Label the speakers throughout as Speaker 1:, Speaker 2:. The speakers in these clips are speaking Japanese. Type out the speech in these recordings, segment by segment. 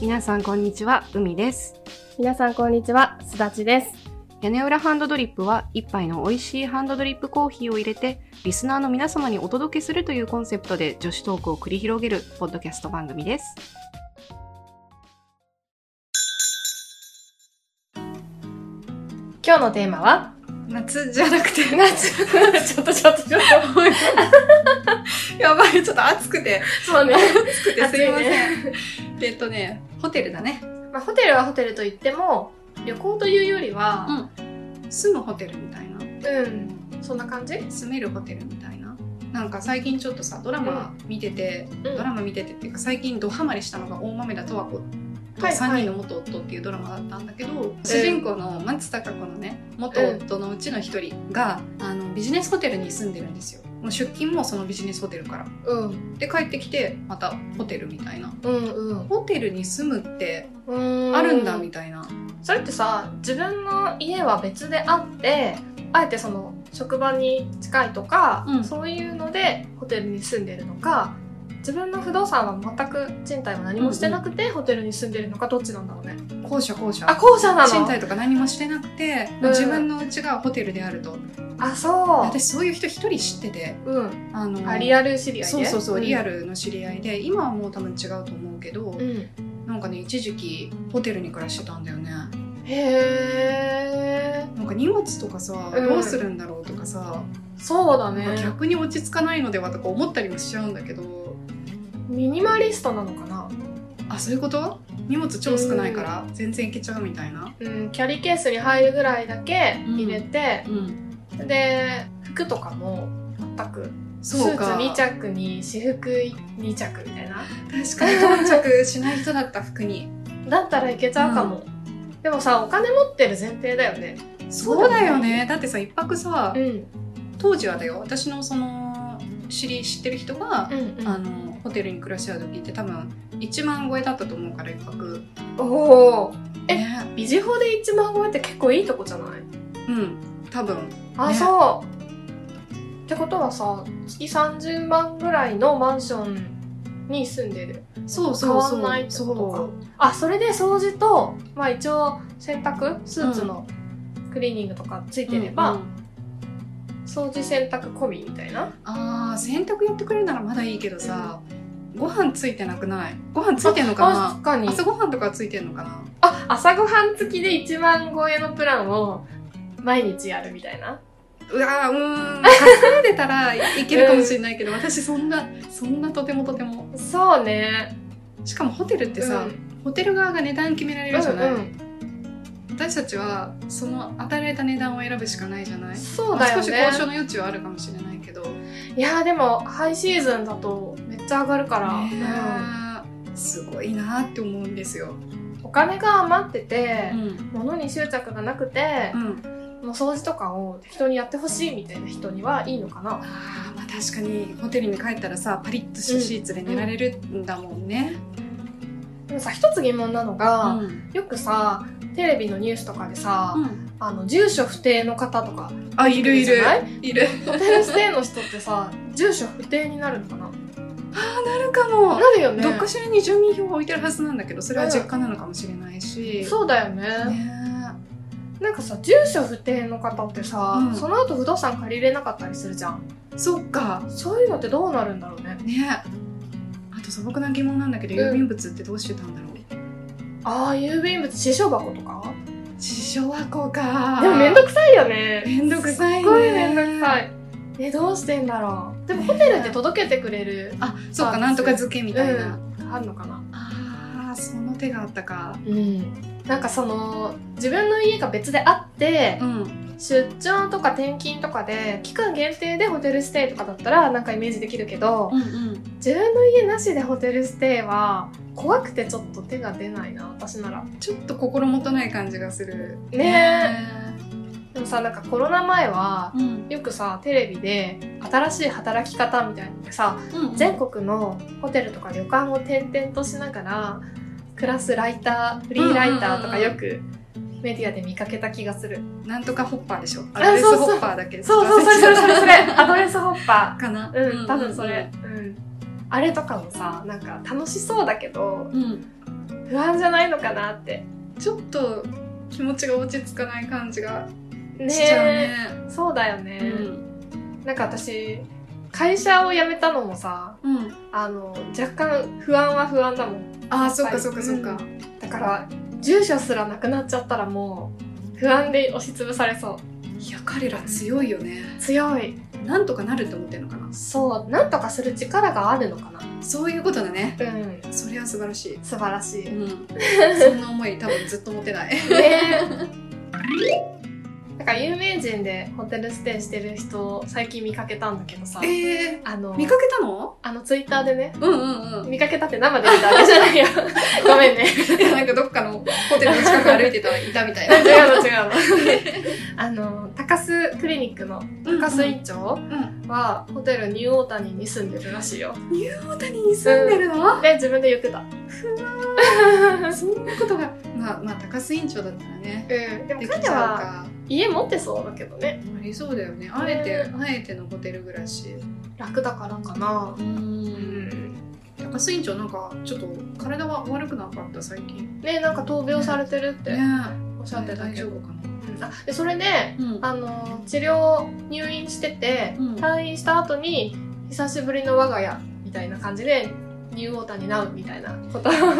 Speaker 1: 皆さんこんにちは、海です。
Speaker 2: 皆さんこんにちは、すだちです。
Speaker 1: 屋根裏ハンドドリップは一杯の美味しいハンドドリップコーヒーを入れてリスナーの皆様にお届けするというコンセプトで女子トークを繰り広げるポッドキャスト番組です。
Speaker 2: 今日のテーマは
Speaker 1: 夏じゃなくて
Speaker 2: 夏ちょっとちょっとちょっ
Speaker 1: やばい、ちょっと暑くて、
Speaker 2: と。そう ね。
Speaker 1: 暑く
Speaker 2: てすいませ
Speaker 1: ん。えっとね、ホテルだね。
Speaker 2: まあ、ホテルはホテルと言っても、旅行というよりは、
Speaker 1: 住むホテルみたいな。
Speaker 2: うん、そんな感じうん。
Speaker 1: 住めるホテルみたいな。なんか最近ちょっとさドラマ見てて、ドラマ見ててっていうか最近ドハマりしたのが大豆田十和子と
Speaker 2: はい
Speaker 1: 3人の元夫っていうドラマだったんだけど、主人公の松たか子のね元夫のうちの一人が、あのビジネスホテルに住んでるんですよもう出勤もそのビジネスホテルから
Speaker 2: うん、
Speaker 1: で帰ってきてまたホテルみたいな
Speaker 2: うん、
Speaker 1: ホテルに住むって
Speaker 2: うん。
Speaker 1: あるんだみたいな、
Speaker 2: それってさ、自分の家は別であって、あえてその、職場に近いとか、
Speaker 1: うん
Speaker 2: そういうのでホテルに住んでるのか、自分の不動産は全く賃貸は何もしてなくて、ホテルに住んでるのかどっちなんだろうね。
Speaker 1: 校舎校舎
Speaker 2: あ、後者なの
Speaker 1: 賃貸とか何もしてなくて、もう自分の家がホテルであると
Speaker 2: あ、そう。
Speaker 1: 私そういう人一人知ってて
Speaker 2: うん。
Speaker 1: あの
Speaker 2: あ、リアル知り合いで。
Speaker 1: そうそうそう、
Speaker 2: ん
Speaker 1: リア。ルの知り合いで今はもう多分違うと思うけど、
Speaker 2: うん。
Speaker 1: なんかね一時期ホテルに暮らしてたんだよね
Speaker 2: へー。
Speaker 1: なんか荷物とかさ、
Speaker 2: うん
Speaker 1: どうするんだろうとかさ、
Speaker 2: そうだ
Speaker 1: なんか
Speaker 2: ね。
Speaker 1: 逆に落ち着かないのではとか思ったりもしちゃうんだけど
Speaker 2: ミニマリストなのかな
Speaker 1: あそういうこと荷物超少ないから全然いけちゃうみたいな
Speaker 2: うん、キャリーケースに入るぐらいだけ入れて、
Speaker 1: うん
Speaker 2: で、服とかも全く。ス
Speaker 1: そう
Speaker 2: ーツ
Speaker 1: か
Speaker 2: 2着に私服2着みたいな。
Speaker 1: 確かに到着しない人だった服に
Speaker 2: だったらいけちゃうかも。でもさ、お金持ってる前提だよね。
Speaker 1: そうだよねだってさ一泊さ、
Speaker 2: ん。
Speaker 1: 当時はだよ私のその知り知ってる人が
Speaker 2: う、ん、
Speaker 1: あのホテルに暮らしてた時って多分1万超えだったと思うから一泊
Speaker 2: おお。え
Speaker 1: ね
Speaker 2: ビジホで1万超えって結構いいとこじゃない
Speaker 1: うん多分
Speaker 2: あ、
Speaker 1: ね
Speaker 2: そうってことはさ月30万ぐらいのマンションに住んでる
Speaker 1: そう
Speaker 2: 変
Speaker 1: そう
Speaker 2: わ
Speaker 1: そうん
Speaker 2: ないってこと
Speaker 1: そ
Speaker 2: か
Speaker 1: う
Speaker 2: あそれで掃除と、まあ、一応洗濯スーツのクリーニングとかついてれば、
Speaker 1: うんうん
Speaker 2: 掃除洗濯込みみたいな
Speaker 1: あー洗濯やってくれるならまだいいけどさ、ご飯ついてなくないご飯ついてんのか
Speaker 2: あ
Speaker 1: な
Speaker 2: 確かに
Speaker 1: 朝ごはんとかついてんのかな
Speaker 2: あ朝ごはん付きで1万超えのプランを毎日やるみたいな
Speaker 1: うわーうーん隠れてたらいけるかもしれないけど、私そんなそんなとてもとても
Speaker 2: そうね
Speaker 1: しかもホテルってさ、
Speaker 2: うん
Speaker 1: ホテル側が値段決められるじゃない、
Speaker 2: うんうん
Speaker 1: 私たちはその与えられた値段を選ぶしかないじゃない
Speaker 2: そうだよ
Speaker 1: ま
Speaker 2: ね
Speaker 1: あ少し交渉の余地はあるかもしれないけど、
Speaker 2: いやーでもハイシーズンだとめっちゃ上がるから、
Speaker 1: ね
Speaker 2: うん
Speaker 1: えすごいなって思うんですよ。
Speaker 2: お金が余ってて
Speaker 1: う、ん
Speaker 2: 物に執着がなくて
Speaker 1: う、ん、
Speaker 2: もう掃除とかを適当にやってほしいみたいな人にはいいのかな
Speaker 1: あーまあ確かにホテルに帰ったらさパリッとしたシーツで寝られるんだもんね。
Speaker 2: でもさ一つ疑問なのが、
Speaker 1: ん
Speaker 2: よくさテレビのニュースとかでさ、
Speaker 1: うん
Speaker 2: あの住所不定の方とか
Speaker 1: あいるいる
Speaker 2: じゃない
Speaker 1: いる。
Speaker 2: ホテルステイの人ってさ住所不定になるのかな
Speaker 1: あるかも。
Speaker 2: なるよね
Speaker 1: どっかしらに住民票が置いてるはずなんだけどそれは実家なのかもしれないし。
Speaker 2: そうだよね
Speaker 1: ね
Speaker 2: なんかさ住所不定の方ってさ、
Speaker 1: うん
Speaker 2: その後不動産借りれなかったりするじゃん
Speaker 1: えそっか
Speaker 2: そういうのってどうなるんだろうね
Speaker 1: ねあと素朴な疑問なんだけど
Speaker 2: うん
Speaker 1: 郵便物ってどうしてたんだろう
Speaker 2: ああ郵便物支障箱とか
Speaker 1: 自書箱か
Speaker 2: でもめんどくさいよね
Speaker 1: めんどくさいね
Speaker 2: すっごいめんどくさいえどうしてんだろうでもホテルで届けてくれる
Speaker 1: あそっかなんとか漬けみたいな、
Speaker 2: あるのかな
Speaker 1: あーその手があったか
Speaker 2: うんなんかその自分の家が別であって、
Speaker 1: ん
Speaker 2: 出張とか転勤とかで期間限定でホテルステイとかだったらなんかイメージできるけど、
Speaker 1: うんうん
Speaker 2: 自分の家なしでホテルステイは怖くてちょっと手が出ないな私なら
Speaker 1: ちょっと心もとない感じがする
Speaker 2: ねえ
Speaker 1: ね
Speaker 2: でもさなんかコロナ前は
Speaker 1: えうん
Speaker 2: よくさテレビで新しい働き方みたいなのでさ
Speaker 1: うん
Speaker 2: 全国のホテルとか旅館を転々としながら暮らすライターフリーライターとかよくメディアで見かけた気がする
Speaker 1: なんとかホッパーでしょアドレスホッパーだっけ
Speaker 2: そうそうそれそれそれそれアドレ
Speaker 1: ス
Speaker 2: スホッパ
Speaker 1: かな
Speaker 2: ーうん多分それ、うんあれとかもさなんか楽しそうだけど
Speaker 1: うん
Speaker 2: 不安じゃないのかなって
Speaker 1: ちょっと気持ちが落ち着かない感じが
Speaker 2: ね
Speaker 1: しちゃう
Speaker 2: え
Speaker 1: ね。
Speaker 2: そうだよ
Speaker 1: う
Speaker 2: ね、
Speaker 1: ん
Speaker 2: なんか私会社を辞めたのもさ
Speaker 1: うん、
Speaker 2: あの若干不安は不安だもん
Speaker 1: ああ
Speaker 2: ぱり
Speaker 1: そっかそっかそっか、
Speaker 2: うだから住所すらなくなっちゃったらもう不安で押しつぶされそ
Speaker 1: いや彼ら強いよね
Speaker 2: う強い
Speaker 1: なんとかなるって思ってるのかな
Speaker 2: そうなんとかする力があるのかな
Speaker 1: そういうことだね
Speaker 2: うん
Speaker 1: それは素晴らしい
Speaker 2: 素晴らしい、
Speaker 1: う
Speaker 2: ね
Speaker 1: んそんな思い多分ずっと持てない
Speaker 2: え なんか有名人でホテルステイしてる人を最近見かけたんだけどさ
Speaker 1: え
Speaker 2: あの
Speaker 1: ー、見かけたの
Speaker 2: あのツイッターでね
Speaker 1: うんうんうん
Speaker 2: 見かけたって生で見たあれじゃないよご めんね
Speaker 1: いやなんかどっかのホテルの近く歩いてたらいたみたいな
Speaker 2: 違うの違うの あの高須クリニックの高須院長
Speaker 1: ん
Speaker 2: は、ホテルニューオータニに住んでるらしいよ
Speaker 1: 大谷に住んでるの、
Speaker 2: で自分で言ってた
Speaker 1: そんなことがまあまあ高須院長だったらね
Speaker 2: うんでも
Speaker 1: でき
Speaker 2: 彼
Speaker 1: ちゃう
Speaker 2: は
Speaker 1: か
Speaker 2: 家持ってそうだけどね
Speaker 1: ありそうだよねあえて、あえてのホテル暮らし
Speaker 2: 楽だからかなうん
Speaker 1: 高須院長なんかちょっと体は悪くなかった最近
Speaker 2: ねなんか闘病されてるって
Speaker 1: ね
Speaker 2: おっしゃってた
Speaker 1: 大
Speaker 2: け
Speaker 1: 丈
Speaker 2: ど、
Speaker 1: 夫かな
Speaker 2: うんあでそれで
Speaker 1: うん
Speaker 2: あの治療入院してて、
Speaker 1: うん
Speaker 2: 退院した後に久しぶりの我が家みたいな感じでニューオータニナウみたいなこと を
Speaker 1: へー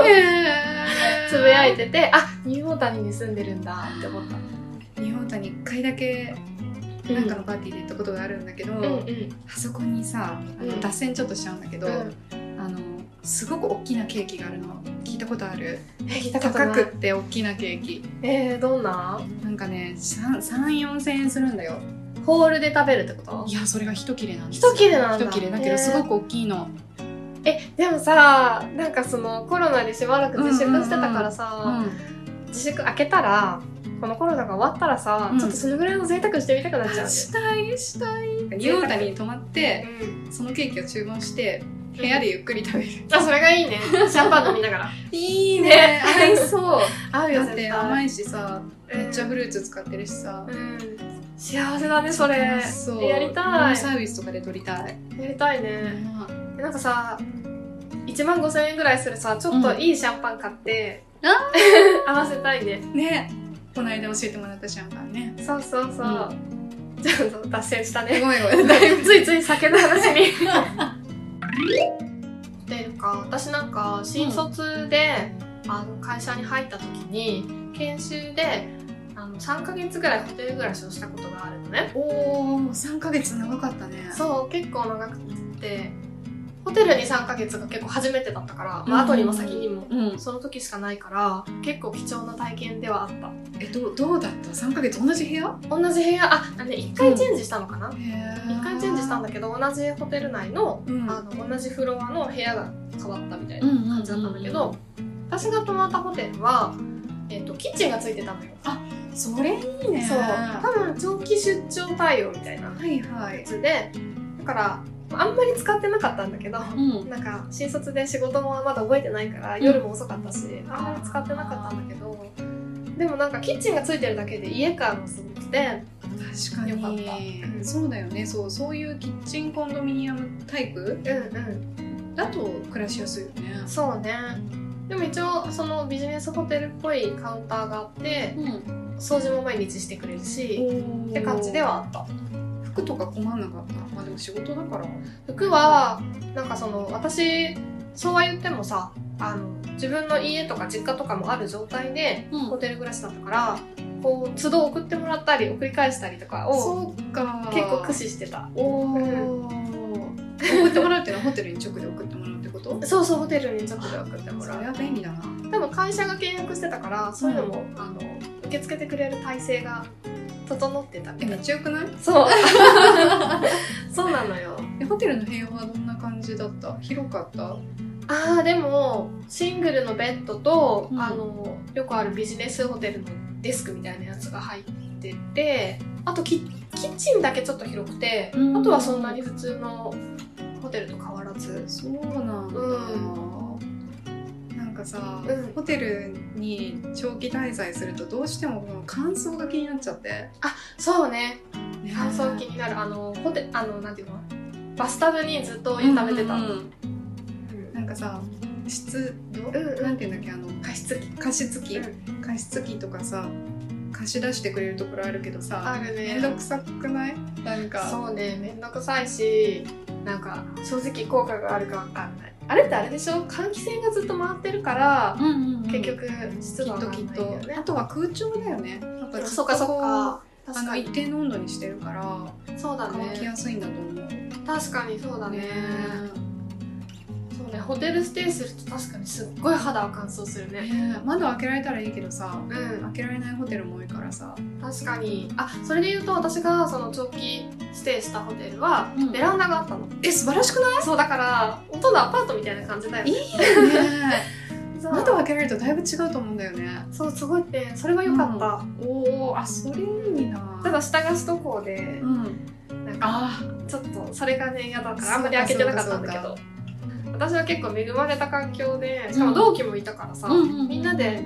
Speaker 2: つぶやいててあニューオータニに住んでるんだって思った
Speaker 1: 日本谷1回だけなんかのパーティーで行ったことがあるんだけど、
Speaker 2: うんうん
Speaker 1: あそこにさあ
Speaker 2: う
Speaker 1: の
Speaker 2: ん
Speaker 1: 脱線ちょっとしちゃうんだけど、あのすごく大きなケーキがあるの聞いたことある
Speaker 2: え聞いたことない
Speaker 1: 高くって大きなケーキ
Speaker 2: えー、どんな
Speaker 1: なんかね34000円するんだよ
Speaker 2: ホールで食べるってこと
Speaker 1: いやそれが一切れなんです
Speaker 2: 一切れなんだ
Speaker 1: 一切れだけどすごく大きいの
Speaker 2: えでもさなんかそのコロナでしばらく自粛してたからさ、
Speaker 1: う
Speaker 2: 自粛開けたらこのコロナが終わったらさ、
Speaker 1: うん
Speaker 2: ちょっとそのぐらいの贅沢してみたくなっちゃうんね
Speaker 1: したいしたいニューオータニに泊まってそのケーキを注文して部屋でゆっくり食べる
Speaker 2: あそれがいいねシャンパン飲みな がら
Speaker 1: いい
Speaker 2: ね
Speaker 1: 合い そう
Speaker 2: 合うよ
Speaker 1: だっ
Speaker 2: 絶
Speaker 1: て
Speaker 2: 対
Speaker 1: 甘いしさ
Speaker 2: うん
Speaker 1: めっちゃフルーツ使ってるしさ
Speaker 2: うん幸せだねそれ
Speaker 1: 楽しそう
Speaker 2: やり
Speaker 1: ルー
Speaker 2: た
Speaker 1: ム
Speaker 2: い
Speaker 1: サービスとかで撮りたい
Speaker 2: やりたいねなんかさ1万5000円ぐらいするさちょっといいシャンパン買って、
Speaker 1: うん
Speaker 2: 合わせたいね
Speaker 1: ねこの間教えてもらったシャンパンね
Speaker 2: そうそうそう、ちょっと脱線したね
Speaker 1: ごめんごめん
Speaker 2: ついつい酒の話に。でなんか私なんか新卒で、あの会社に入った時に研修であの3ヶ月ぐらいホテル暮らしをしたことがあるのね。
Speaker 1: おお3ヶ月長かったね
Speaker 2: そう結構長くてホテルに3ヶ月が結構初めてだったから、まあ、後にも先にも。
Speaker 1: うん
Speaker 2: その時しかないから結構貴重な体験ではあった
Speaker 1: えどうどうだった3ヶ月同じ部屋
Speaker 2: 同じ部屋ああのね1回チェンジしたのかな、
Speaker 1: へえ
Speaker 2: 一回チェンジしたんだけど同じホテル内の,、
Speaker 1: うん
Speaker 2: あの同じフロアの部屋が変わったみたい
Speaker 1: うん
Speaker 2: な
Speaker 1: うん
Speaker 2: 感じだったんだけど、私が泊まったホテルは、えっとキッチンがついてたのよ、
Speaker 1: それいいね
Speaker 2: そう
Speaker 1: は
Speaker 2: 多分長期出張対応みたいない
Speaker 1: はい
Speaker 2: やつでだからあんまり使ってなかったんだけど、
Speaker 1: うん
Speaker 2: なんか新卒で仕事もまだ覚えてないから
Speaker 1: ん
Speaker 2: 夜も遅かったし、あんまり使ってなかったんだけどでもなんかキッチンがついてるだけで家感がすごくて
Speaker 1: 確か
Speaker 2: よかっ
Speaker 1: に
Speaker 2: たうん
Speaker 1: そうだよねそうそういうキッチンコンドミニアムタイプ
Speaker 2: うんうん
Speaker 1: だと暮らしやすいよね
Speaker 2: そうねでも一応そのビジネスホテルっぽいカウンターがあって
Speaker 1: うん
Speaker 2: 掃除も毎日してくれるし
Speaker 1: お
Speaker 2: って感じではあった
Speaker 1: 服とか困んなかったまあでも仕事だから
Speaker 2: 服はなんかその私そうは言ってもさあの自分の家とか実家とかもある状態で
Speaker 1: うん
Speaker 2: ホテル暮らしだったからこう都度送ってもらったり送り返したりとかを
Speaker 1: そうか
Speaker 2: 結構駆使してた
Speaker 1: おお送ってもらうっていうのはホテルに直で送ってもらうってこと
Speaker 2: そうそうホテルにちょっとで送っても
Speaker 1: そ
Speaker 2: ら
Speaker 1: れ
Speaker 2: う
Speaker 1: は便利だな
Speaker 2: 多分会社が契約してたからそういうのも、あの受け付けてくれる体制が整ってたみ
Speaker 1: え
Speaker 2: たい
Speaker 1: め
Speaker 2: な
Speaker 1: っちゃよくない
Speaker 2: そう。そうなのよ。
Speaker 1: えホテルの部屋はどんな感じだった広かった
Speaker 2: ああ、でも、シングルのベッドと、
Speaker 1: うん
Speaker 2: あの、よくあるビジネスホテルのデスクみたいなやつが入ってて、あとキ、キッチンだけちょっと広くて、
Speaker 1: うん
Speaker 2: あとはそんなに普通のホテルと変わらず。
Speaker 1: そうなんだ、なんかさ、
Speaker 2: うん
Speaker 1: ホテルに長期滞在するとどうしてもこの乾燥が気になっちゃって、
Speaker 2: そうね。
Speaker 1: ね
Speaker 2: 乾燥気になる。あの、ホテあの、なんていうのバスタブにずっとお湯食べてた。
Speaker 1: う
Speaker 2: うんん
Speaker 1: うんうんなんかさ室
Speaker 2: うんうん
Speaker 1: なんていうんだっけあの加湿器加湿器、
Speaker 2: うん
Speaker 1: 加湿器とかさ貸し出してくれるところあるけどさ
Speaker 2: あるね
Speaker 1: めんどくさくないなんか
Speaker 2: そうねめんどくさいしなんか正直効果があるかわかんないあれってあれでしょ換気扇がずっと回ってるから、
Speaker 1: うんうんうん
Speaker 2: 結局湿
Speaker 1: き
Speaker 2: 度
Speaker 1: っ
Speaker 2: が
Speaker 1: と
Speaker 2: 上が
Speaker 1: きっ
Speaker 2: んないんだ
Speaker 1: と
Speaker 2: よね
Speaker 1: あとは空調だよねやっぱずっとこう
Speaker 2: そっかそっか
Speaker 1: あ
Speaker 2: 確
Speaker 1: の
Speaker 2: か
Speaker 1: 一
Speaker 2: に
Speaker 1: 定の温度にしてるから
Speaker 2: そうだ
Speaker 1: 乾き
Speaker 2: ね
Speaker 1: やすいんだと思う
Speaker 2: 確かにそうだねそうねホテルステイすると確かにすっごい肌は乾燥する
Speaker 1: ね
Speaker 2: ね
Speaker 1: ね窓開けられたらいいけどさ
Speaker 2: うん
Speaker 1: 開けられないホテルも多いからさ
Speaker 2: 確かにあそれで言うと私がその長期ステイしたホテルは
Speaker 1: うん
Speaker 2: ベランダがあったの、
Speaker 1: え素晴らしくな
Speaker 2: そうだからほとんどアパートみたいな感じだよね
Speaker 1: いね
Speaker 2: そう
Speaker 1: 窓開けられるとだいぶ違うと思うんだよね
Speaker 2: そうすごいねそれは良かった、
Speaker 1: おおあそれいいな
Speaker 2: ただ下が首都高で
Speaker 1: う、ん
Speaker 2: なんか
Speaker 1: あ
Speaker 2: ちょっとそれがね嫌だか
Speaker 1: そう
Speaker 2: ら
Speaker 1: か
Speaker 2: あんまり開けてなかったんだけ
Speaker 1: そ
Speaker 2: ど
Speaker 1: う
Speaker 2: 私は結構恵まれた環境で
Speaker 1: ん
Speaker 2: しかも同期もいたからさ、
Speaker 1: うんうんうん
Speaker 2: みんなで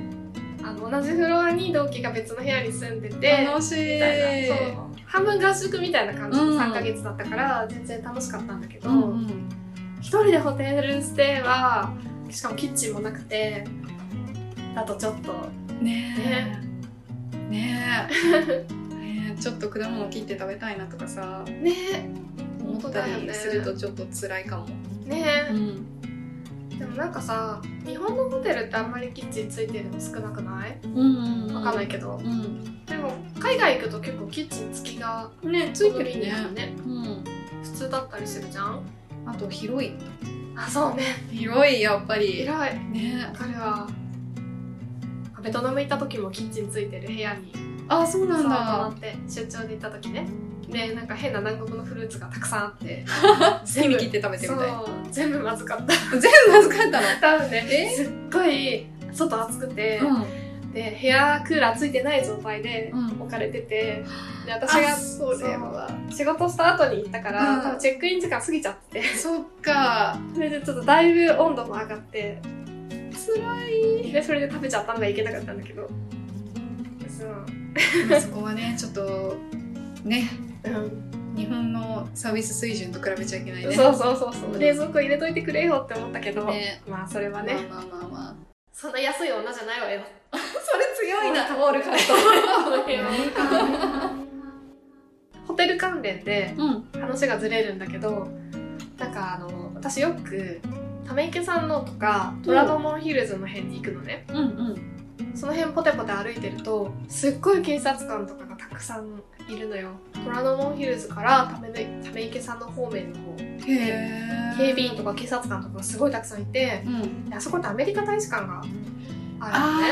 Speaker 2: あの同じフロアに同期が別の部屋に住んでて
Speaker 1: 楽しい
Speaker 2: みたいなそう半分合宿みたいな感じの3ヶ月だったから全然楽しかったんだけど、
Speaker 1: うんうん
Speaker 2: 一人でホテルステイはしかもキッチンもなくてだとちょっと
Speaker 1: ねえねえねえちょっと果物切って食べたいなとかさ
Speaker 2: ね
Speaker 1: 思ったりするとちょっと辛いかも、
Speaker 2: ね
Speaker 1: うん
Speaker 2: でもなんかさ日本のホテルってあんまりキッチンついてるの少なくない
Speaker 1: うんうん
Speaker 2: わかんないけど、
Speaker 1: うん
Speaker 2: でも海外行くと結構キッチン付きが
Speaker 1: ねついてる
Speaker 2: 便利
Speaker 1: ね
Speaker 2: だよね
Speaker 1: うん
Speaker 2: 普通だったりするじゃん
Speaker 1: あと広い
Speaker 2: あそうね
Speaker 1: 広いやっぱり
Speaker 2: 偉い
Speaker 1: ね
Speaker 2: 彼はベトナム行った時もキッチンついてる部屋に
Speaker 1: あそうなん
Speaker 2: そう泊ま
Speaker 1: だ
Speaker 2: って出張で行った時ねでなんか変な南国のフルーツがたくさん あって
Speaker 1: 全部切って食べて
Speaker 2: そ
Speaker 1: み
Speaker 2: う
Speaker 1: たい
Speaker 2: 全部まずかった
Speaker 1: 全部まずかったの
Speaker 2: 多分ね
Speaker 1: え
Speaker 2: すっごい外暑くて、
Speaker 1: う
Speaker 2: で部屋クーラーついてない状態で
Speaker 1: うん
Speaker 2: 置かれてて、で私
Speaker 1: あ
Speaker 2: が
Speaker 1: それは
Speaker 2: そう仕事した後に行ったから、
Speaker 1: うん
Speaker 2: 多分チェックイン時間過ぎちゃってて
Speaker 1: んそっか
Speaker 2: それでちょっとだいぶ温度も上がって
Speaker 1: 辛
Speaker 2: でそれで食べちゃったんだいけなかったんだけどそう、
Speaker 1: いまあそこはねちょっとね
Speaker 2: うん
Speaker 1: 日本のサービス水準と比べちゃいけないね
Speaker 2: そうそうそうそう冷蔵庫入れといてくれよって思ったけど、
Speaker 1: ね
Speaker 2: まあそれは
Speaker 1: まあ
Speaker 2: ね、
Speaker 1: まあまあまあ
Speaker 2: そんな安い女じゃないわよ
Speaker 1: それ強
Speaker 2: タオル買ったホテル関連で
Speaker 1: うん
Speaker 2: 話がずれるんだけどなんかあの私よくため池さんのとか虎ノ門ヒルズの辺に行くのね、
Speaker 1: うんうん
Speaker 2: その辺ポテポテ歩いてるとすっごい警察官とかがたくさんいるのよ虎ノ門ヒルズからためため池さんの方面の方
Speaker 1: へえ
Speaker 2: 警備員とか警察官とかがすごいたくさんいて
Speaker 1: うん
Speaker 2: であそこってアメリカ大使館があるのね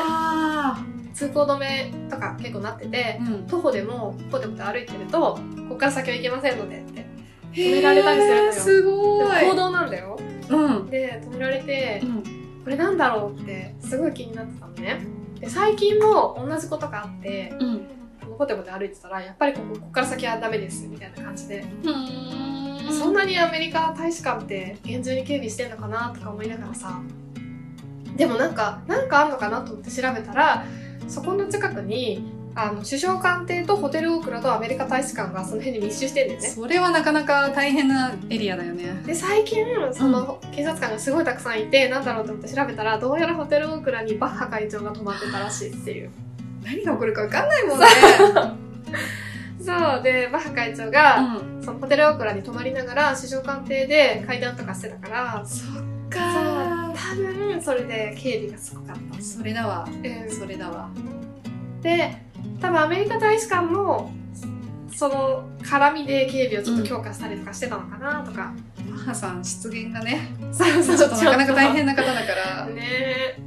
Speaker 1: あ
Speaker 2: 通行止めとか結構なってて
Speaker 1: あうん
Speaker 2: 徒歩でもポテポテ歩いてるとここから先は行けませんのでって
Speaker 1: 止
Speaker 2: められたりするのよ
Speaker 1: す
Speaker 2: で
Speaker 1: ご
Speaker 2: も
Speaker 1: い
Speaker 2: 行動なんだよ
Speaker 1: うん
Speaker 2: で止められて
Speaker 1: うん
Speaker 2: これなんだろうってすごい気になってたのねで最近も同じことがあって
Speaker 1: うん
Speaker 2: ポテポテ歩いてたらやっぱりここここから先はダメですみたいな感じで、そ
Speaker 1: そ
Speaker 2: ん
Speaker 1: んな
Speaker 2: なにアメリカ大使館って厳重に警備してんのかなとか思いながらさでもなんかなんかあんのかなと思って調べたらそこの近くにあの首相官邸とホテルオークラとアメリカ大使館がその辺に密集してんだよね
Speaker 1: それはなかなか大変なエリアだよね
Speaker 2: で最近その警察官がすごいたくさんいて、なんだろうと思って調べたらどうやらホテルオークラにバッハ会長が泊まってたらしいっていう
Speaker 1: 何が起こるか分かんないもんね
Speaker 2: そうでバッハ会長が、そのホテルオークラに泊まりながら首相官邸で会談とかしてたから
Speaker 1: そっか
Speaker 2: 多分それで警備がすごかった、
Speaker 1: それだわ
Speaker 2: う
Speaker 1: それだわ
Speaker 2: ん、で多分アメリカ大使館もその絡みで警備をちょっと強化したりとかしてたのかなとか、
Speaker 1: 母さん失言がね
Speaker 2: そう
Speaker 1: ち ょっとなかなか大変な方だから
Speaker 2: ね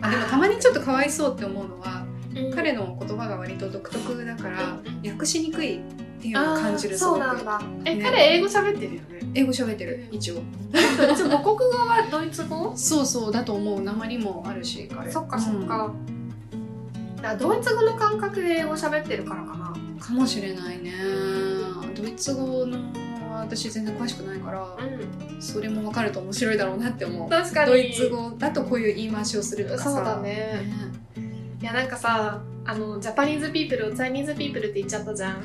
Speaker 1: あでもたまにちょっとかわいそうって思うのは
Speaker 2: え、
Speaker 1: 彼の言葉が割と独特だから
Speaker 2: うん
Speaker 1: 訳しにくいっていうのを感じる
Speaker 2: あ
Speaker 1: す
Speaker 2: ーそ
Speaker 1: ご
Speaker 2: うなん
Speaker 1: く
Speaker 2: だえ、
Speaker 1: ね
Speaker 2: 彼英語喋ってるよね
Speaker 1: 英語喋ってる一応
Speaker 2: ちょ母国語はドイツ語
Speaker 1: そうそうだと思う鉛もあるし彼
Speaker 2: そっかそっか、だからドイツ語の感覚で英語喋ってるからかな
Speaker 1: うんかもしれないねドイツ語の私全然詳しくないから
Speaker 2: ん
Speaker 1: それも分かると面白いだろうなって思う
Speaker 2: 確かに
Speaker 1: ドイツ語だとこういう言い回しをするとかさ
Speaker 2: そうだねいやなんかさあのジャパニーズピープルをチャイニーズピ ープルって言っちゃったじゃん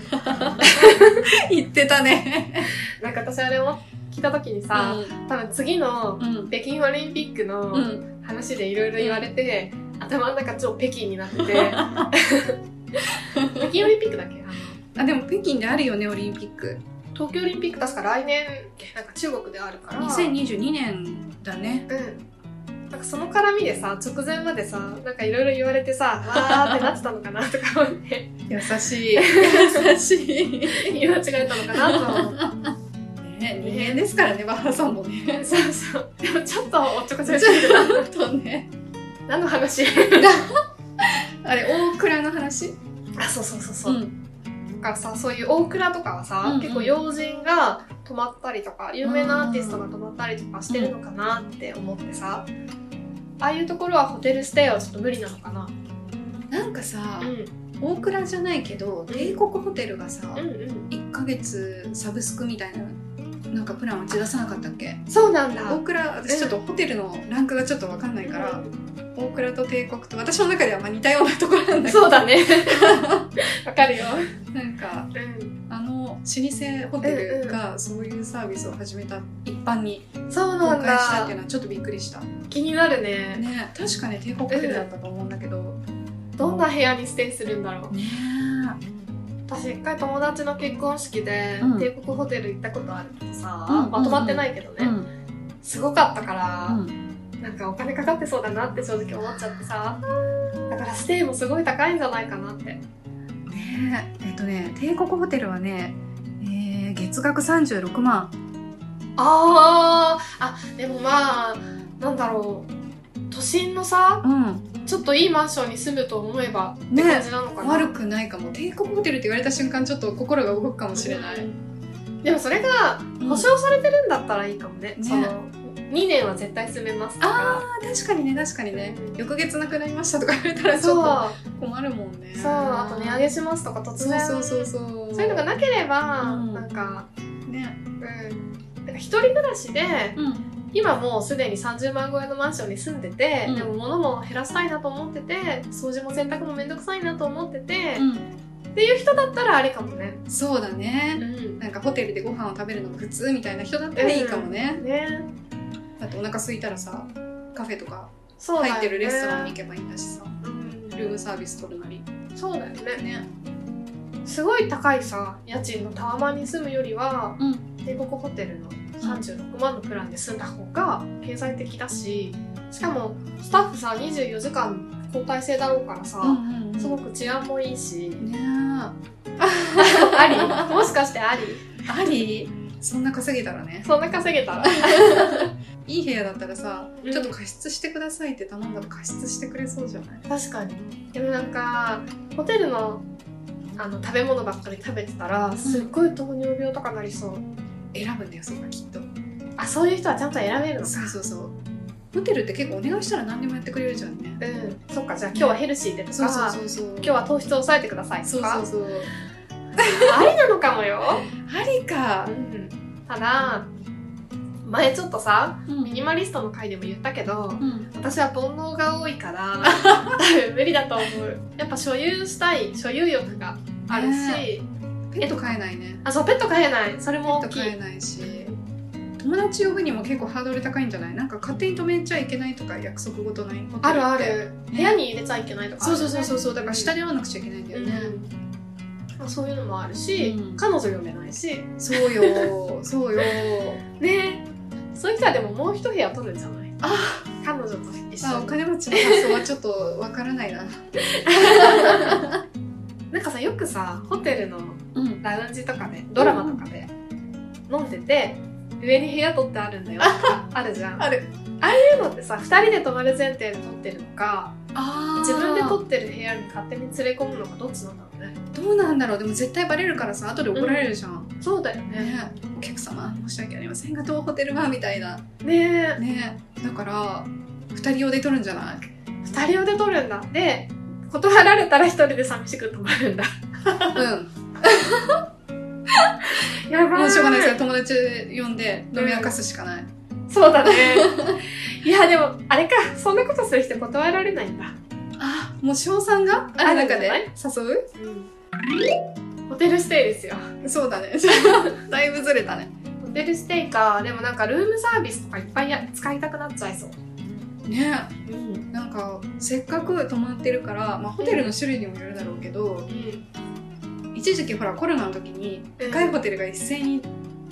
Speaker 1: 言ってたね
Speaker 2: なんか私あれ思っ聞いた時にさ、多分次の
Speaker 1: うん
Speaker 2: 北京オリンピックの
Speaker 1: うん
Speaker 2: 話でいろいろ言われて、頭の中超北京にな ってて北京オリンピックだっけあの
Speaker 1: あでも北京であるよねオリンピック
Speaker 2: 東京オリンピック確か来年なんか中国であるから
Speaker 1: 2022年だね
Speaker 2: うんなんかその絡みでさ直前までさなんかいろいろ言われてさわーってなってたのかなとか思って
Speaker 1: 優しい 優し いね
Speaker 2: 言い間違えたのかなとは思っ
Speaker 1: 人間ですからねバハラさんもね
Speaker 2: てそうそうでもちょっとおっちょこちょいすぎるな
Speaker 1: ちょっとね
Speaker 2: 何の話
Speaker 1: あれ大倉の話
Speaker 2: あそうそうそうそう、
Speaker 1: ん
Speaker 2: なんかさそういう大蔵とかはさ、
Speaker 1: うんうん
Speaker 2: 結構要人が泊まったりとか有名なアーティストが泊まったりとかしてるのかなって思ってさああいうところはホテルステイはちょっと無理なのかな
Speaker 1: なんかさ
Speaker 2: うん
Speaker 1: 大倉じゃないけど帝国ホテルがさ
Speaker 2: うんうん
Speaker 1: 1ヶ月サブスクみたいななんかプラン打ち出さなかったっけ
Speaker 2: そうなんだ
Speaker 1: 大倉私ちょっとホテルのランクがちょっと分かんないから大倉と帝国と私の中ではまあ似たようなところなんだけど
Speaker 2: そうだね わかるよ、
Speaker 1: なんか
Speaker 2: う
Speaker 1: あの老舗ホテルがそういうサービスを始めた一般に
Speaker 2: ん、そう
Speaker 1: 公
Speaker 2: なん
Speaker 1: 開したっ
Speaker 2: だ
Speaker 1: ていうのはちょっとびっくりした、ね、
Speaker 2: 気になるね
Speaker 1: 確かね帝国ホテルだったと思うんだけど
Speaker 2: どんな部屋にステイするんだろう
Speaker 1: ね
Speaker 2: 私一回友達の結婚式で
Speaker 1: うん
Speaker 2: 帝国ホテル行ったことあるけどさ、
Speaker 1: うんうんうん
Speaker 2: まとまってないけどね、
Speaker 1: ん
Speaker 2: すごかったから、
Speaker 1: うん
Speaker 2: なんかお金かかってそうだなって正直思っちゃってさだからステイもすごい高いんじゃないかなって
Speaker 1: ねええっとね帝国ホテルはね、えー月額36万
Speaker 2: あーあでもまあなんだろう都心のさ
Speaker 1: うん
Speaker 2: ちょっといいマンションに住むと思えばって感じなのかな、
Speaker 1: 悪くないかも帝国ホテルって言われた瞬間ちょっと心が動くかもしれない、
Speaker 2: うんでもそれが保証されてるんだったらいいかもね、
Speaker 1: ね
Speaker 2: その2年は絶対住めますとか
Speaker 1: あ確かにね確かにね
Speaker 2: うん
Speaker 1: 翌月なくなりましたとか言われた らち
Speaker 2: そう
Speaker 1: ょっと困るもんね
Speaker 2: そうあと値上げしますとか突
Speaker 1: そう
Speaker 2: 然
Speaker 1: そうそうそう
Speaker 2: そういうのがなければ、
Speaker 1: うん
Speaker 2: なんか
Speaker 1: ね
Speaker 2: うんなんか一人暮らしで
Speaker 1: うん
Speaker 2: 今もうすでに30万超えのマンションに住んでて、
Speaker 1: うん
Speaker 2: でも物も減らしたいなと思ってて掃除も洗濯もめんどくさいなと思ってて、っていう人だったらあれかもね、
Speaker 1: そうだね
Speaker 2: ん、
Speaker 1: なんかホテルでご飯を食べるのが普通みたいな人だったらいいかもね、
Speaker 2: ね
Speaker 1: だってお腹空いたらさカフェとか
Speaker 2: そうだよ
Speaker 1: 入
Speaker 2: ね
Speaker 1: ってるレストランに行けばいいんだしさ
Speaker 2: うん
Speaker 1: ルームサービス取るなり
Speaker 2: そうだよね
Speaker 1: ね
Speaker 2: すごい高いさ家賃のタワマンに住むよりは、
Speaker 1: う
Speaker 2: 帝国ホテルの36万のプランで住んだ方が経済的だししかもスタッフさ24時間交代制だろうからさ、
Speaker 1: うん
Speaker 2: すご
Speaker 1: ね
Speaker 2: く治安もいいし
Speaker 1: あ
Speaker 2: あり もしかしてあり
Speaker 1: ありそんな稼げたらね
Speaker 2: そんな稼げたら
Speaker 1: いい部屋だったらさ、
Speaker 2: うん
Speaker 1: ちょっと加湿してくださいって頼んだら加湿してくれそうじゃない
Speaker 2: 確かにでもなんかホテルのあの食べ物ばっかり食べてたらすっごい糖尿病とかなりそう、
Speaker 1: 選ぶんだよそこはきっと
Speaker 2: あそういう人はちゃんと選べるのか
Speaker 1: そうそうそうホテルって結構お願いしたら何でもやってくれるじゃんね
Speaker 2: うんそっかじゃあ今日はヘルシーでと
Speaker 1: そ
Speaker 2: か
Speaker 1: うそうそうそう
Speaker 2: 今日は糖質抑えてください
Speaker 1: そ
Speaker 2: と
Speaker 1: う
Speaker 2: か
Speaker 1: そうそう
Speaker 2: ありなのかもよ、
Speaker 1: ありか
Speaker 2: ただ前ちょっとさ
Speaker 1: う
Speaker 2: ミニマリストの回でも言ったけど
Speaker 1: うん
Speaker 2: 私は煩悩が多いから 多分無理だと思うやっぱ所有したい所有欲があるし、
Speaker 1: ペット飼えないね
Speaker 2: あそうペット飼えないそれも
Speaker 1: ペット
Speaker 2: 大きい
Speaker 1: 飼えないし友達呼ぶにも結構ハードル高いんじゃないなんか勝手に止めちゃいけないとか約束事ないホテルって
Speaker 2: あるある、部屋に入れちゃいけないとかあ
Speaker 1: そ
Speaker 2: る
Speaker 1: う
Speaker 2: よ
Speaker 1: そ
Speaker 2: ね、
Speaker 1: うそうそうそうだから下に合わなくちゃいけないんだよね、
Speaker 2: うんそういうのもあるし、
Speaker 1: うん
Speaker 2: 彼女読めないし
Speaker 1: そうよそう よ
Speaker 2: ねそういう人はでももう一部屋取るんじゃない
Speaker 1: あ
Speaker 2: 彼女と一
Speaker 1: あ
Speaker 2: 緒
Speaker 1: お
Speaker 2: に
Speaker 1: 金持ちの発想はちょっとわからないな
Speaker 2: なんかさよくさホテルの
Speaker 1: うん
Speaker 2: ラウンジとかでドラマとかで飲んでて上に部屋取ってあるんだよとかあるじゃんあ
Speaker 1: ある
Speaker 2: あいうのってさ2人で泊まる前提で取ってるのか
Speaker 1: あ
Speaker 2: 自分で
Speaker 1: と
Speaker 2: 取ってる部屋に勝手に連れ込むのかどっちなんだろうね
Speaker 1: どうなんだろうでも絶対バレるからさ後で怒られるじゃん、
Speaker 2: そうだよね
Speaker 1: ねお客様申し訳ありませんが当ホテルはみたいな
Speaker 2: ねえ
Speaker 1: ねだから2人用で取るんじゃない
Speaker 2: 二人用で取るんだで断られたら一人で寂しく泊まるんだ
Speaker 1: う
Speaker 2: やば
Speaker 1: んもうしょうがないです
Speaker 2: よ
Speaker 1: よ友達呼んで飲み明かすしかない、
Speaker 2: そうだねいやでもあれかそんなことする人断られないんだ、
Speaker 1: あもう翔さんがある中で
Speaker 2: ある
Speaker 1: 誘
Speaker 2: ホテルステイですよ
Speaker 1: うそうだねだいぶずれたね
Speaker 2: ホホテルステイかでもなんかルームサービスとかいっぱいや使いたくなっちゃいそう
Speaker 1: ねなんかせっかく泊まってるから、まあ、ホテルの種類にもよるだろうけど、
Speaker 2: うん
Speaker 1: 一時期ほらコロナの時に
Speaker 2: うん
Speaker 1: 高いホテルが一斉に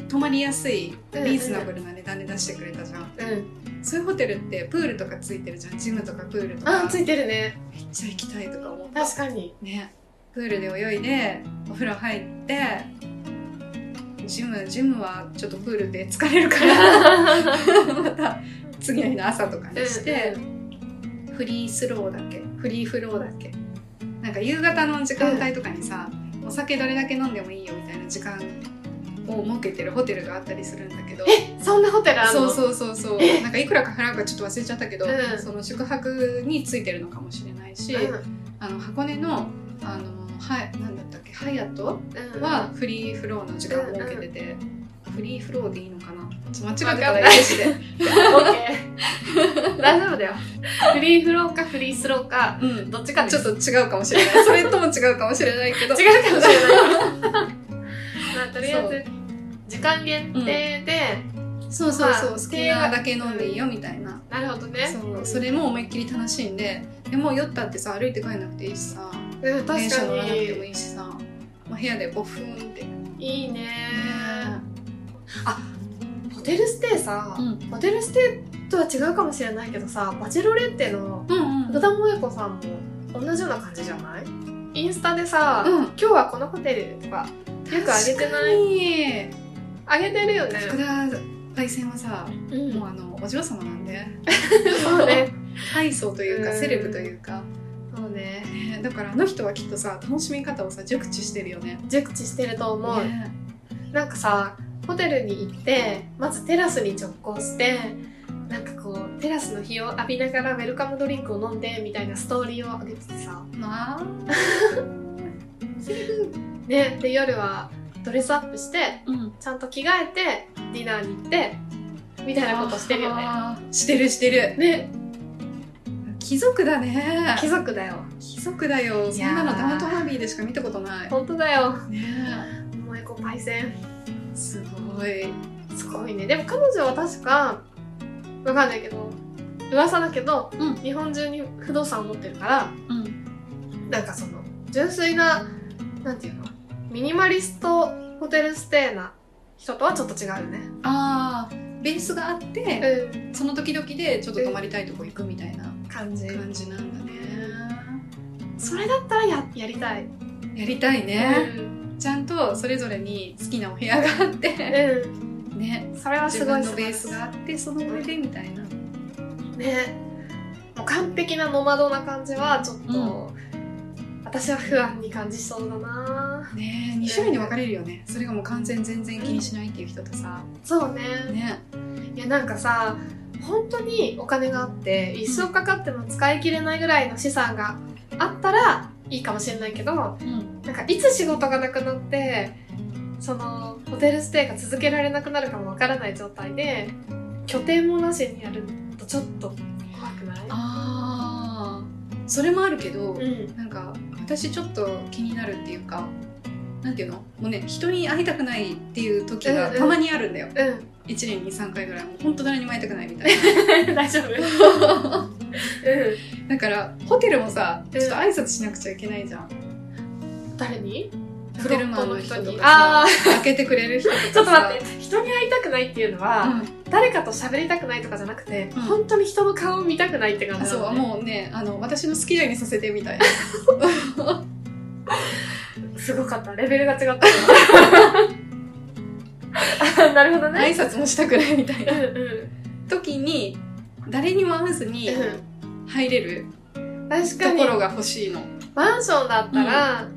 Speaker 1: 泊まりやすい
Speaker 2: うん
Speaker 1: リーズナブルな値段で出してくれたじゃん、
Speaker 2: うん
Speaker 1: そういうホテルってプールとかついてるじゃんジムとかプールとか
Speaker 2: あついてるね
Speaker 1: めっちゃ行きたいとか思った
Speaker 2: 確かに
Speaker 1: ねプールで泳いでお風呂入ってジムジムはちょっとプールで疲れるから また次の日の朝とかにして、フリースローだけフリーフローだけなんか夕方の時間帯とかにさ、お酒どれだけ飲んでもいいよみたいな時間を設けてるホテルがあったりするんだけど
Speaker 2: えそんなホテルある
Speaker 1: そ
Speaker 2: の
Speaker 1: う
Speaker 2: う
Speaker 1: そうそうそうなんかいくらか払うかちょっと忘れちゃったけど、
Speaker 2: うん
Speaker 1: その宿泊についてるのかもしれないし、あの箱根のあのはいなんだったっけハイアット
Speaker 2: んうん
Speaker 1: はフリーフローの時間を設けてて、フリーフローでいいのかなちょっと間違ってた
Speaker 2: わかん
Speaker 1: ら
Speaker 2: ない
Speaker 1: いしで、
Speaker 2: オッケー大丈夫だよフリーフローかフリースローか
Speaker 1: うん、
Speaker 2: どっちかで
Speaker 1: ちょっ
Speaker 2: す
Speaker 1: と違うかもしれ ないそれとも違うかもしれないけど
Speaker 2: 違うかもしれ ないまあとりあえず時間限定で、
Speaker 1: そうそうそう、
Speaker 2: まあ
Speaker 1: 好きなだけ飲んでいいよみたいな、
Speaker 2: なるほどね
Speaker 1: そうそれも思いっきり楽しんででもう酔ったってさ歩いて帰んなくていいしさ
Speaker 2: うん確かに
Speaker 1: 電車乗らなくてもいいしさ、まあ、部屋でボフンって、
Speaker 2: いいねホテルステイさ、
Speaker 1: うん
Speaker 2: ホテルステイとは違うかもしれないけどさバチェロレッテの
Speaker 1: うん
Speaker 2: 福田萌子さんも同じような感じじゃないインスタでさ、
Speaker 1: うん
Speaker 2: 今日はこのホテルとかよくあげてない
Speaker 1: い
Speaker 2: あげてるよね
Speaker 1: 福田パイセンはさ、
Speaker 2: うん
Speaker 1: もうあのお嬢様なんで
Speaker 2: そうね
Speaker 1: 大層というか
Speaker 2: うん
Speaker 1: セレブというか、
Speaker 2: そうね
Speaker 1: ねだからあの人はきっとさ楽しみ方をさ熟知してるよね。
Speaker 2: 熟知してると思う、
Speaker 1: ね
Speaker 2: なんかさホテルに行ってまずテラスに直行してなんかこうテラスの日を浴びながらウェルカムドリンクを飲んでみたいなストーリーを上げててさ
Speaker 1: まあ、セレブ、
Speaker 2: ねで夜はドレスアップして
Speaker 1: うん、
Speaker 2: ちゃんと着替えてディナーに行ってみたいなことしてるよね
Speaker 1: あー。してるしてる。
Speaker 2: ね
Speaker 1: 貴族だね。
Speaker 2: 貴族だよ
Speaker 1: 貴族だよ。
Speaker 2: い
Speaker 1: そん
Speaker 2: や
Speaker 1: な
Speaker 2: ー
Speaker 1: のダウントファミリーでしか見たことない。
Speaker 2: 本当だよ
Speaker 1: ね
Speaker 2: 萌子パイセン
Speaker 1: えすごい。
Speaker 2: すごいねでも彼女は確かわかんないけど噂だけど、
Speaker 1: うん
Speaker 2: 日本中に不動産を持ってるから
Speaker 1: うん。
Speaker 2: なんかその純粋ななんていうのミニマリストホテルステイな人とはちょっと違うよね
Speaker 1: ああ、ベースがあって、
Speaker 2: う
Speaker 1: その時々でちょっと泊まりたいとこ行くみたいなん
Speaker 2: 感じ
Speaker 1: 感じなんだね。
Speaker 2: それだったらややりたい
Speaker 1: やりたいね。
Speaker 2: うん
Speaker 1: ちゃんとそれぞれに好きなお部屋があって、
Speaker 2: う
Speaker 1: ね、
Speaker 2: んそれは
Speaker 1: 自
Speaker 2: すご
Speaker 1: 分
Speaker 2: い
Speaker 1: の
Speaker 2: 素
Speaker 1: ベー
Speaker 2: 晴ら
Speaker 1: ス
Speaker 2: しい
Speaker 1: があってその上でみたいな、
Speaker 2: ねもう完璧なノマドな感じはちょっと、
Speaker 1: う
Speaker 2: 私は不安に感じそうだな
Speaker 1: ねえ2種類に分かれるよねそれがもう完全全然気にしないっていう人とさ、
Speaker 2: そうね
Speaker 1: ね
Speaker 2: いやなんかさ本当にお金があって一生かかっても使い切れないぐらいの資産があったらいいかもしれないけどなん
Speaker 1: うん、
Speaker 2: かいつ仕事がなくなってそのホテルステイが続けられなくなるかもわからない状態で拠点もなしにやるとちょっと怖くない
Speaker 1: あーそれもあるけど、
Speaker 2: うん
Speaker 1: なんか私ちょっと気になるっていうかなんていうのもうね人に会いたくないっていう時が
Speaker 2: うんうん
Speaker 1: たまにあるんだよ、
Speaker 2: うん
Speaker 1: 一年に3回ぐらいもう本当誰にも会いたくないみたいな
Speaker 2: 大丈夫う
Speaker 1: だからホテルもさちょっと
Speaker 2: うん
Speaker 1: 挨拶しなくちゃいけないじゃん
Speaker 2: ん誰に
Speaker 1: ホテルマンの人と
Speaker 2: フロントの人に
Speaker 1: か
Speaker 2: あ
Speaker 1: さ開けてくれる人とかさ
Speaker 2: ちょっと待って人に会いたくないっていうのは、
Speaker 1: うん
Speaker 2: 誰かと喋りたくないとかじゃなくて、
Speaker 1: うん
Speaker 2: 本当に人の顔を見たくないって感
Speaker 1: あ
Speaker 2: じな
Speaker 1: そ
Speaker 2: の
Speaker 1: う
Speaker 2: ね
Speaker 1: もうねあの私の好きなようにさせてみたいな
Speaker 2: すごかったレベルが違 ったあなるほど
Speaker 1: 挨
Speaker 2: ね
Speaker 1: 拶もしたくないみたい
Speaker 2: うん
Speaker 1: な時に誰にも会わずに
Speaker 2: う
Speaker 1: 入れる
Speaker 2: ん確
Speaker 1: と
Speaker 2: かに
Speaker 1: ころが欲しいの、
Speaker 2: マンションだったら、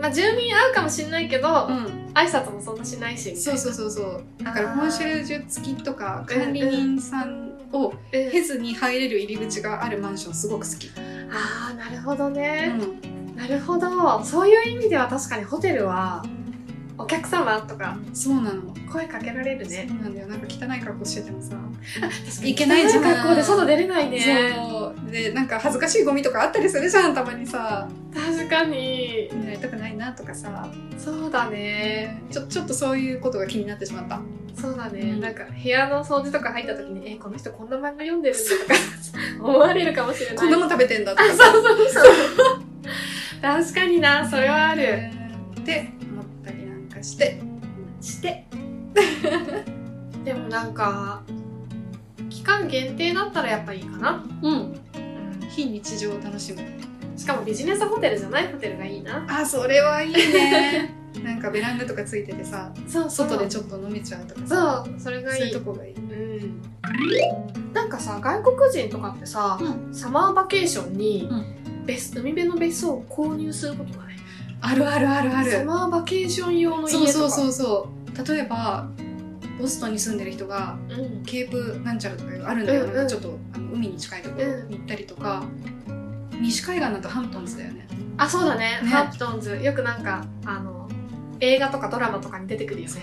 Speaker 2: まあ、住民会うかもしれないけど、
Speaker 1: うん、
Speaker 2: 挨拶もそんなしないし
Speaker 1: そうそうそうそうだからコンシェルジュ付きとか管理人さんを
Speaker 2: うん
Speaker 1: 経ずに入れる入り口があるマンションすごく好き、
Speaker 2: ああなるほど
Speaker 1: う
Speaker 2: ね、
Speaker 1: ん、
Speaker 2: なるほどそういう意味では確かにホテルはお客様とか
Speaker 1: そうなの、
Speaker 2: 声かけられる
Speaker 1: そう
Speaker 2: ね
Speaker 1: なんだよなんか汚い格好しててもさ、
Speaker 2: い
Speaker 1: いけないじゃん
Speaker 2: 学校で外出れないね
Speaker 1: そうでなんか恥ずかしいゴミとかあったりするじゃんたまにさ
Speaker 2: 確かに
Speaker 1: やりたくないなとかさ
Speaker 2: そうだね
Speaker 1: ちょちょっとそういうことが気になってしまった
Speaker 2: そうだね、
Speaker 1: うん
Speaker 2: なんか部屋の掃除とか入った時に「えこの人こんな漫画読んでるんだ」とか 思われるかもしれない
Speaker 1: こんなもん食べてんだと
Speaker 2: あ
Speaker 1: か
Speaker 2: そうそうそう 確かになそれはある
Speaker 1: へーって思ったりなんかして
Speaker 2: してでもなんか期間限定だったらやっぱいいかな、
Speaker 1: うん非日常を楽しむ
Speaker 2: しかもビジネスホテルじゃないホテルがいいな
Speaker 1: あそれはいいねなんかベランダとかついててさ
Speaker 2: そう
Speaker 1: 外
Speaker 2: 外
Speaker 1: で
Speaker 2: でち
Speaker 1: ちょっと飲めちゃうとか
Speaker 2: ょ
Speaker 1: さ
Speaker 2: そうそれが
Speaker 1: そう
Speaker 2: い
Speaker 1: いう
Speaker 2: い
Speaker 1: とこがいい
Speaker 2: うんなんかさ外国人とかってさ、
Speaker 1: う
Speaker 2: サマーバケーションに
Speaker 1: う
Speaker 2: 別、海辺の別荘を購入することがね
Speaker 1: あるあるあるあ
Speaker 2: サ
Speaker 1: る
Speaker 2: マーバケーション用の家
Speaker 1: そう
Speaker 2: とか
Speaker 1: そうそうそう例えばボストンに住んでる人が
Speaker 2: うん
Speaker 1: ケープなんちゃらとかいうあるんだよ、
Speaker 2: うんうん
Speaker 1: なんかちょっとあの海に近いところに行ったりとか、西海岸だとハンプトンズだよね
Speaker 2: あそうだね
Speaker 1: ね
Speaker 2: ハープトンズよくなんかあの映画とかドラマとかに出てくるよね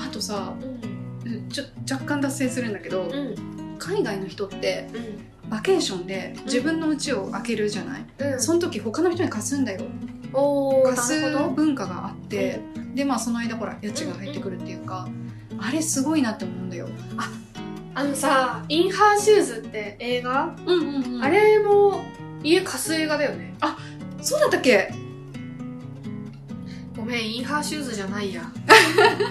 Speaker 1: あとさ
Speaker 2: うん
Speaker 1: うんちょ若干脱線するんだけど、
Speaker 2: うん
Speaker 1: 海外の人って
Speaker 2: うん
Speaker 1: バケーションで自分の家を開けるじゃない、
Speaker 2: うん
Speaker 1: その時他の人に貸すんだよ
Speaker 2: おー
Speaker 1: 貸す
Speaker 2: なるほど
Speaker 1: 文化があって、でまあその間ほら家賃が入ってくるっていうか、あれすごいなって思うんだよ、
Speaker 2: あのさ「インハーシューズ」って映画、
Speaker 1: うんうん
Speaker 2: あれも家貸す映画だよね
Speaker 1: そうだったっけ
Speaker 2: ごめんインハーシューズじゃな いや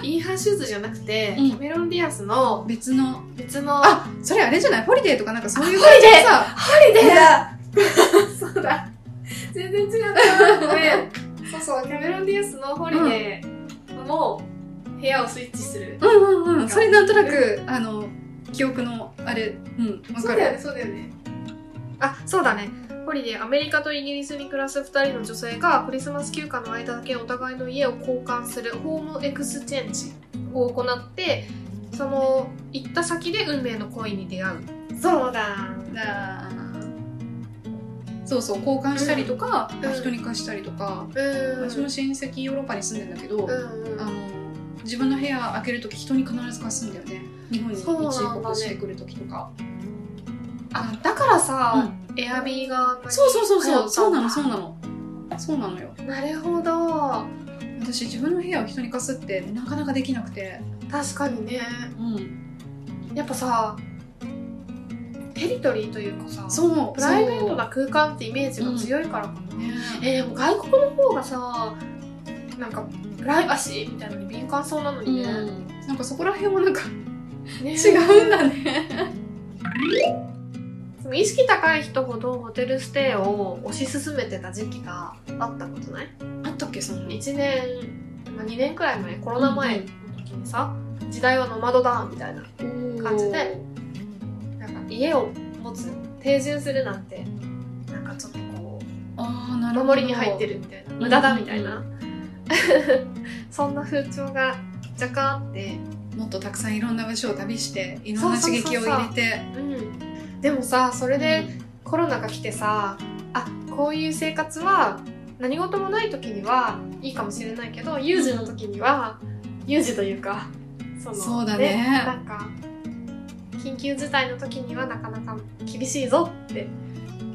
Speaker 2: インハーシューズじゃなくて、
Speaker 1: うん
Speaker 2: キャメロン・ディアスの
Speaker 1: 別の
Speaker 2: 別の
Speaker 1: あそれあれじゃないホリデーとかなんかそういう
Speaker 2: ホリデー
Speaker 1: 感じのさ
Speaker 2: リデーだそうだ全然違ったごめんそうそうキャメロン・ディアスのホリデーも部屋をスイッチする、
Speaker 1: うんうんうんそれなんとなくあの記憶のあれうんわ
Speaker 2: そ
Speaker 1: か
Speaker 2: うだよ
Speaker 1: る
Speaker 2: ねそうだよねあそうだねホリデーアメリカとイギリスに暮らす2人の女性がクリスマス休暇の間だけお互いの家を交換するホームエクスチェンジを行ってその行った先で運命の恋に出会うそうだ
Speaker 1: だそうそう交換したりとか、
Speaker 2: うん
Speaker 1: まあ人に貸したりとか、
Speaker 2: うーん
Speaker 1: 私の親戚ヨーロッパに住んでんだけど、
Speaker 2: うん
Speaker 1: あ
Speaker 2: うん
Speaker 1: の自分の部屋開けるとき人に必ず貸すんだよね日本に一
Speaker 2: そうなんだ
Speaker 1: 時帰
Speaker 2: ね
Speaker 1: 国してくるときとか
Speaker 2: あだからさ、
Speaker 1: う
Speaker 2: エアビーが
Speaker 1: んそうそうそう
Speaker 2: 流行ったん
Speaker 1: そ
Speaker 2: だ
Speaker 1: うそうなのそうなのそうなのよ
Speaker 2: なるほど
Speaker 1: 私自分の部屋を人に貸すってなかなかできなくて
Speaker 2: 確かにね
Speaker 1: うん
Speaker 2: やっぱさテリトリーというかさ
Speaker 1: そう
Speaker 2: プライベートな空間ってイメージが強いからかな、
Speaker 1: そうね
Speaker 2: えー、でも外国の方がさなんかプライバシーみたいなのに敏感そうなの
Speaker 1: う
Speaker 2: に
Speaker 1: ん
Speaker 2: ね,、
Speaker 1: なんかそこら辺もなんか
Speaker 2: ね
Speaker 1: 違うんだね
Speaker 2: でも意識高い人ほどホテルステイを推し進めてた時期があったことない
Speaker 1: あったっけそんな
Speaker 2: 1年、まあ、2年くらい前コロナ前の時にさ時代はノマドだみたいな感じでなんか家を持つ定住するなんてなんかちょっとこう
Speaker 1: ああなるほど
Speaker 2: 守りに入ってるみたいな無駄だみたいな そんな風潮が若干あって、
Speaker 1: もっとたくさんいろんな場所を旅していろんな刺激を入れて
Speaker 2: うん、でもさそれでコロナが来てさあこういう生活は何事もない時にはいいかもしれないけど有事の時には有事というかその
Speaker 1: そうだね
Speaker 2: なんか緊急事態の時にはなかなか厳しいぞって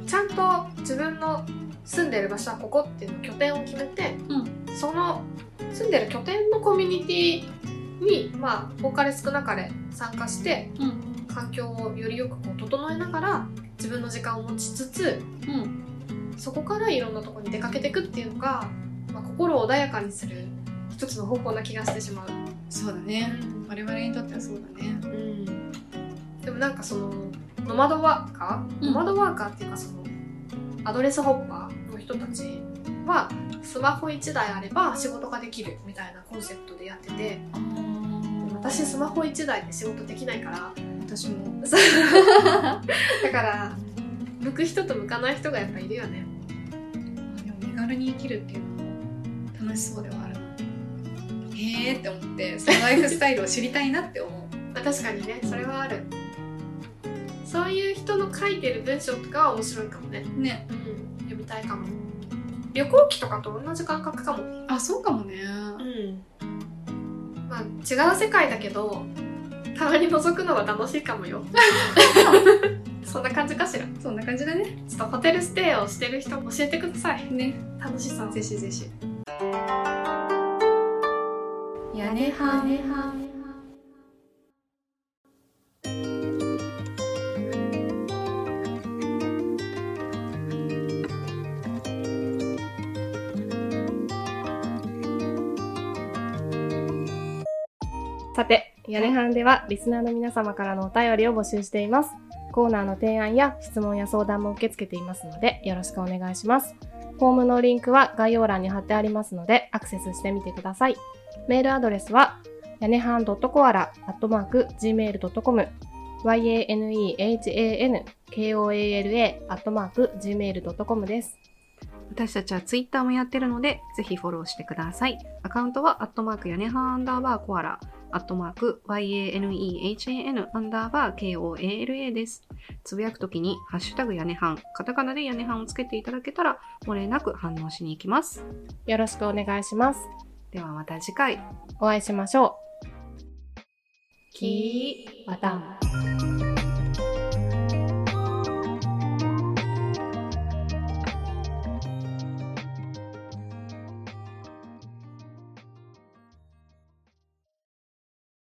Speaker 2: ちゃんと自分の住んでる場所はここっていうのを拠点を決めて、
Speaker 1: う
Speaker 2: その住んでる拠点のコミュニティにまあ多かれ少なかれ参加して
Speaker 1: うん
Speaker 2: 環境をよりよくこう整えながら自分の時間を持ちつつ
Speaker 1: うん
Speaker 2: そこからいろんなとこに出かけていくっていうのが、まあ、心を穏やかにする一つの方法な気がしてしまう。
Speaker 1: そうだね我々にとってはそうだね
Speaker 2: うんでもなんかそのノマドワーカー、
Speaker 1: うん
Speaker 2: ノマドワーカーっていうかそのアドレスホッパーの人たちはスマホ1台あれば仕事ができるみたいなコンセプトでやってて私スマホ1台で仕事できないから
Speaker 1: 私も
Speaker 2: そうだから向く人と向かない人がやっぱいるよね
Speaker 1: でも身軽に生きるっていうのも楽しそうではあるなへえって思ってそのライフスタイルを知りたいなって思う
Speaker 2: まあ確かにねそれはあるそういう人の書いてる文章とかは面白いかもね
Speaker 1: ね
Speaker 2: うん読みたいかも旅行記とかと同じ感覚かも
Speaker 1: あそうかもね
Speaker 2: うんまあ違う世界だけどたまに覗くのは楽しいかも よそんな感じかしらち
Speaker 1: そんな感じだね
Speaker 2: ょっとホテルステイをしてる人教えてください
Speaker 1: ね
Speaker 2: 楽しそう
Speaker 1: ぜひぜひ
Speaker 3: 屋根はんさて、屋根班ではリスナーの皆様からのお便りを募集しています。コーナーの提案や質問や相談も受け付けていますので、よろしくお願いします。フォームのリンクは概要欄に貼ってありますので、アクセスしてみてください。メールアドレスは、やねはん .koala.gmail.com yanehankoala.gmail.com です。
Speaker 4: 私たちはツイッターもやってるので、ぜひフォローしてください。アカウントは、アットマーク屋根半アンダーバーコアラ、アットマーク YANEHAN アンダーバー KOALA です。つぶやくときに、ハッシュタグ屋根半、カタカナで屋根半をつけていただけたら、漏れなく反応しに行きます。
Speaker 3: よろしくお願いします。
Speaker 4: ではまた次回。
Speaker 3: お会いしましょう。
Speaker 4: き
Speaker 3: また。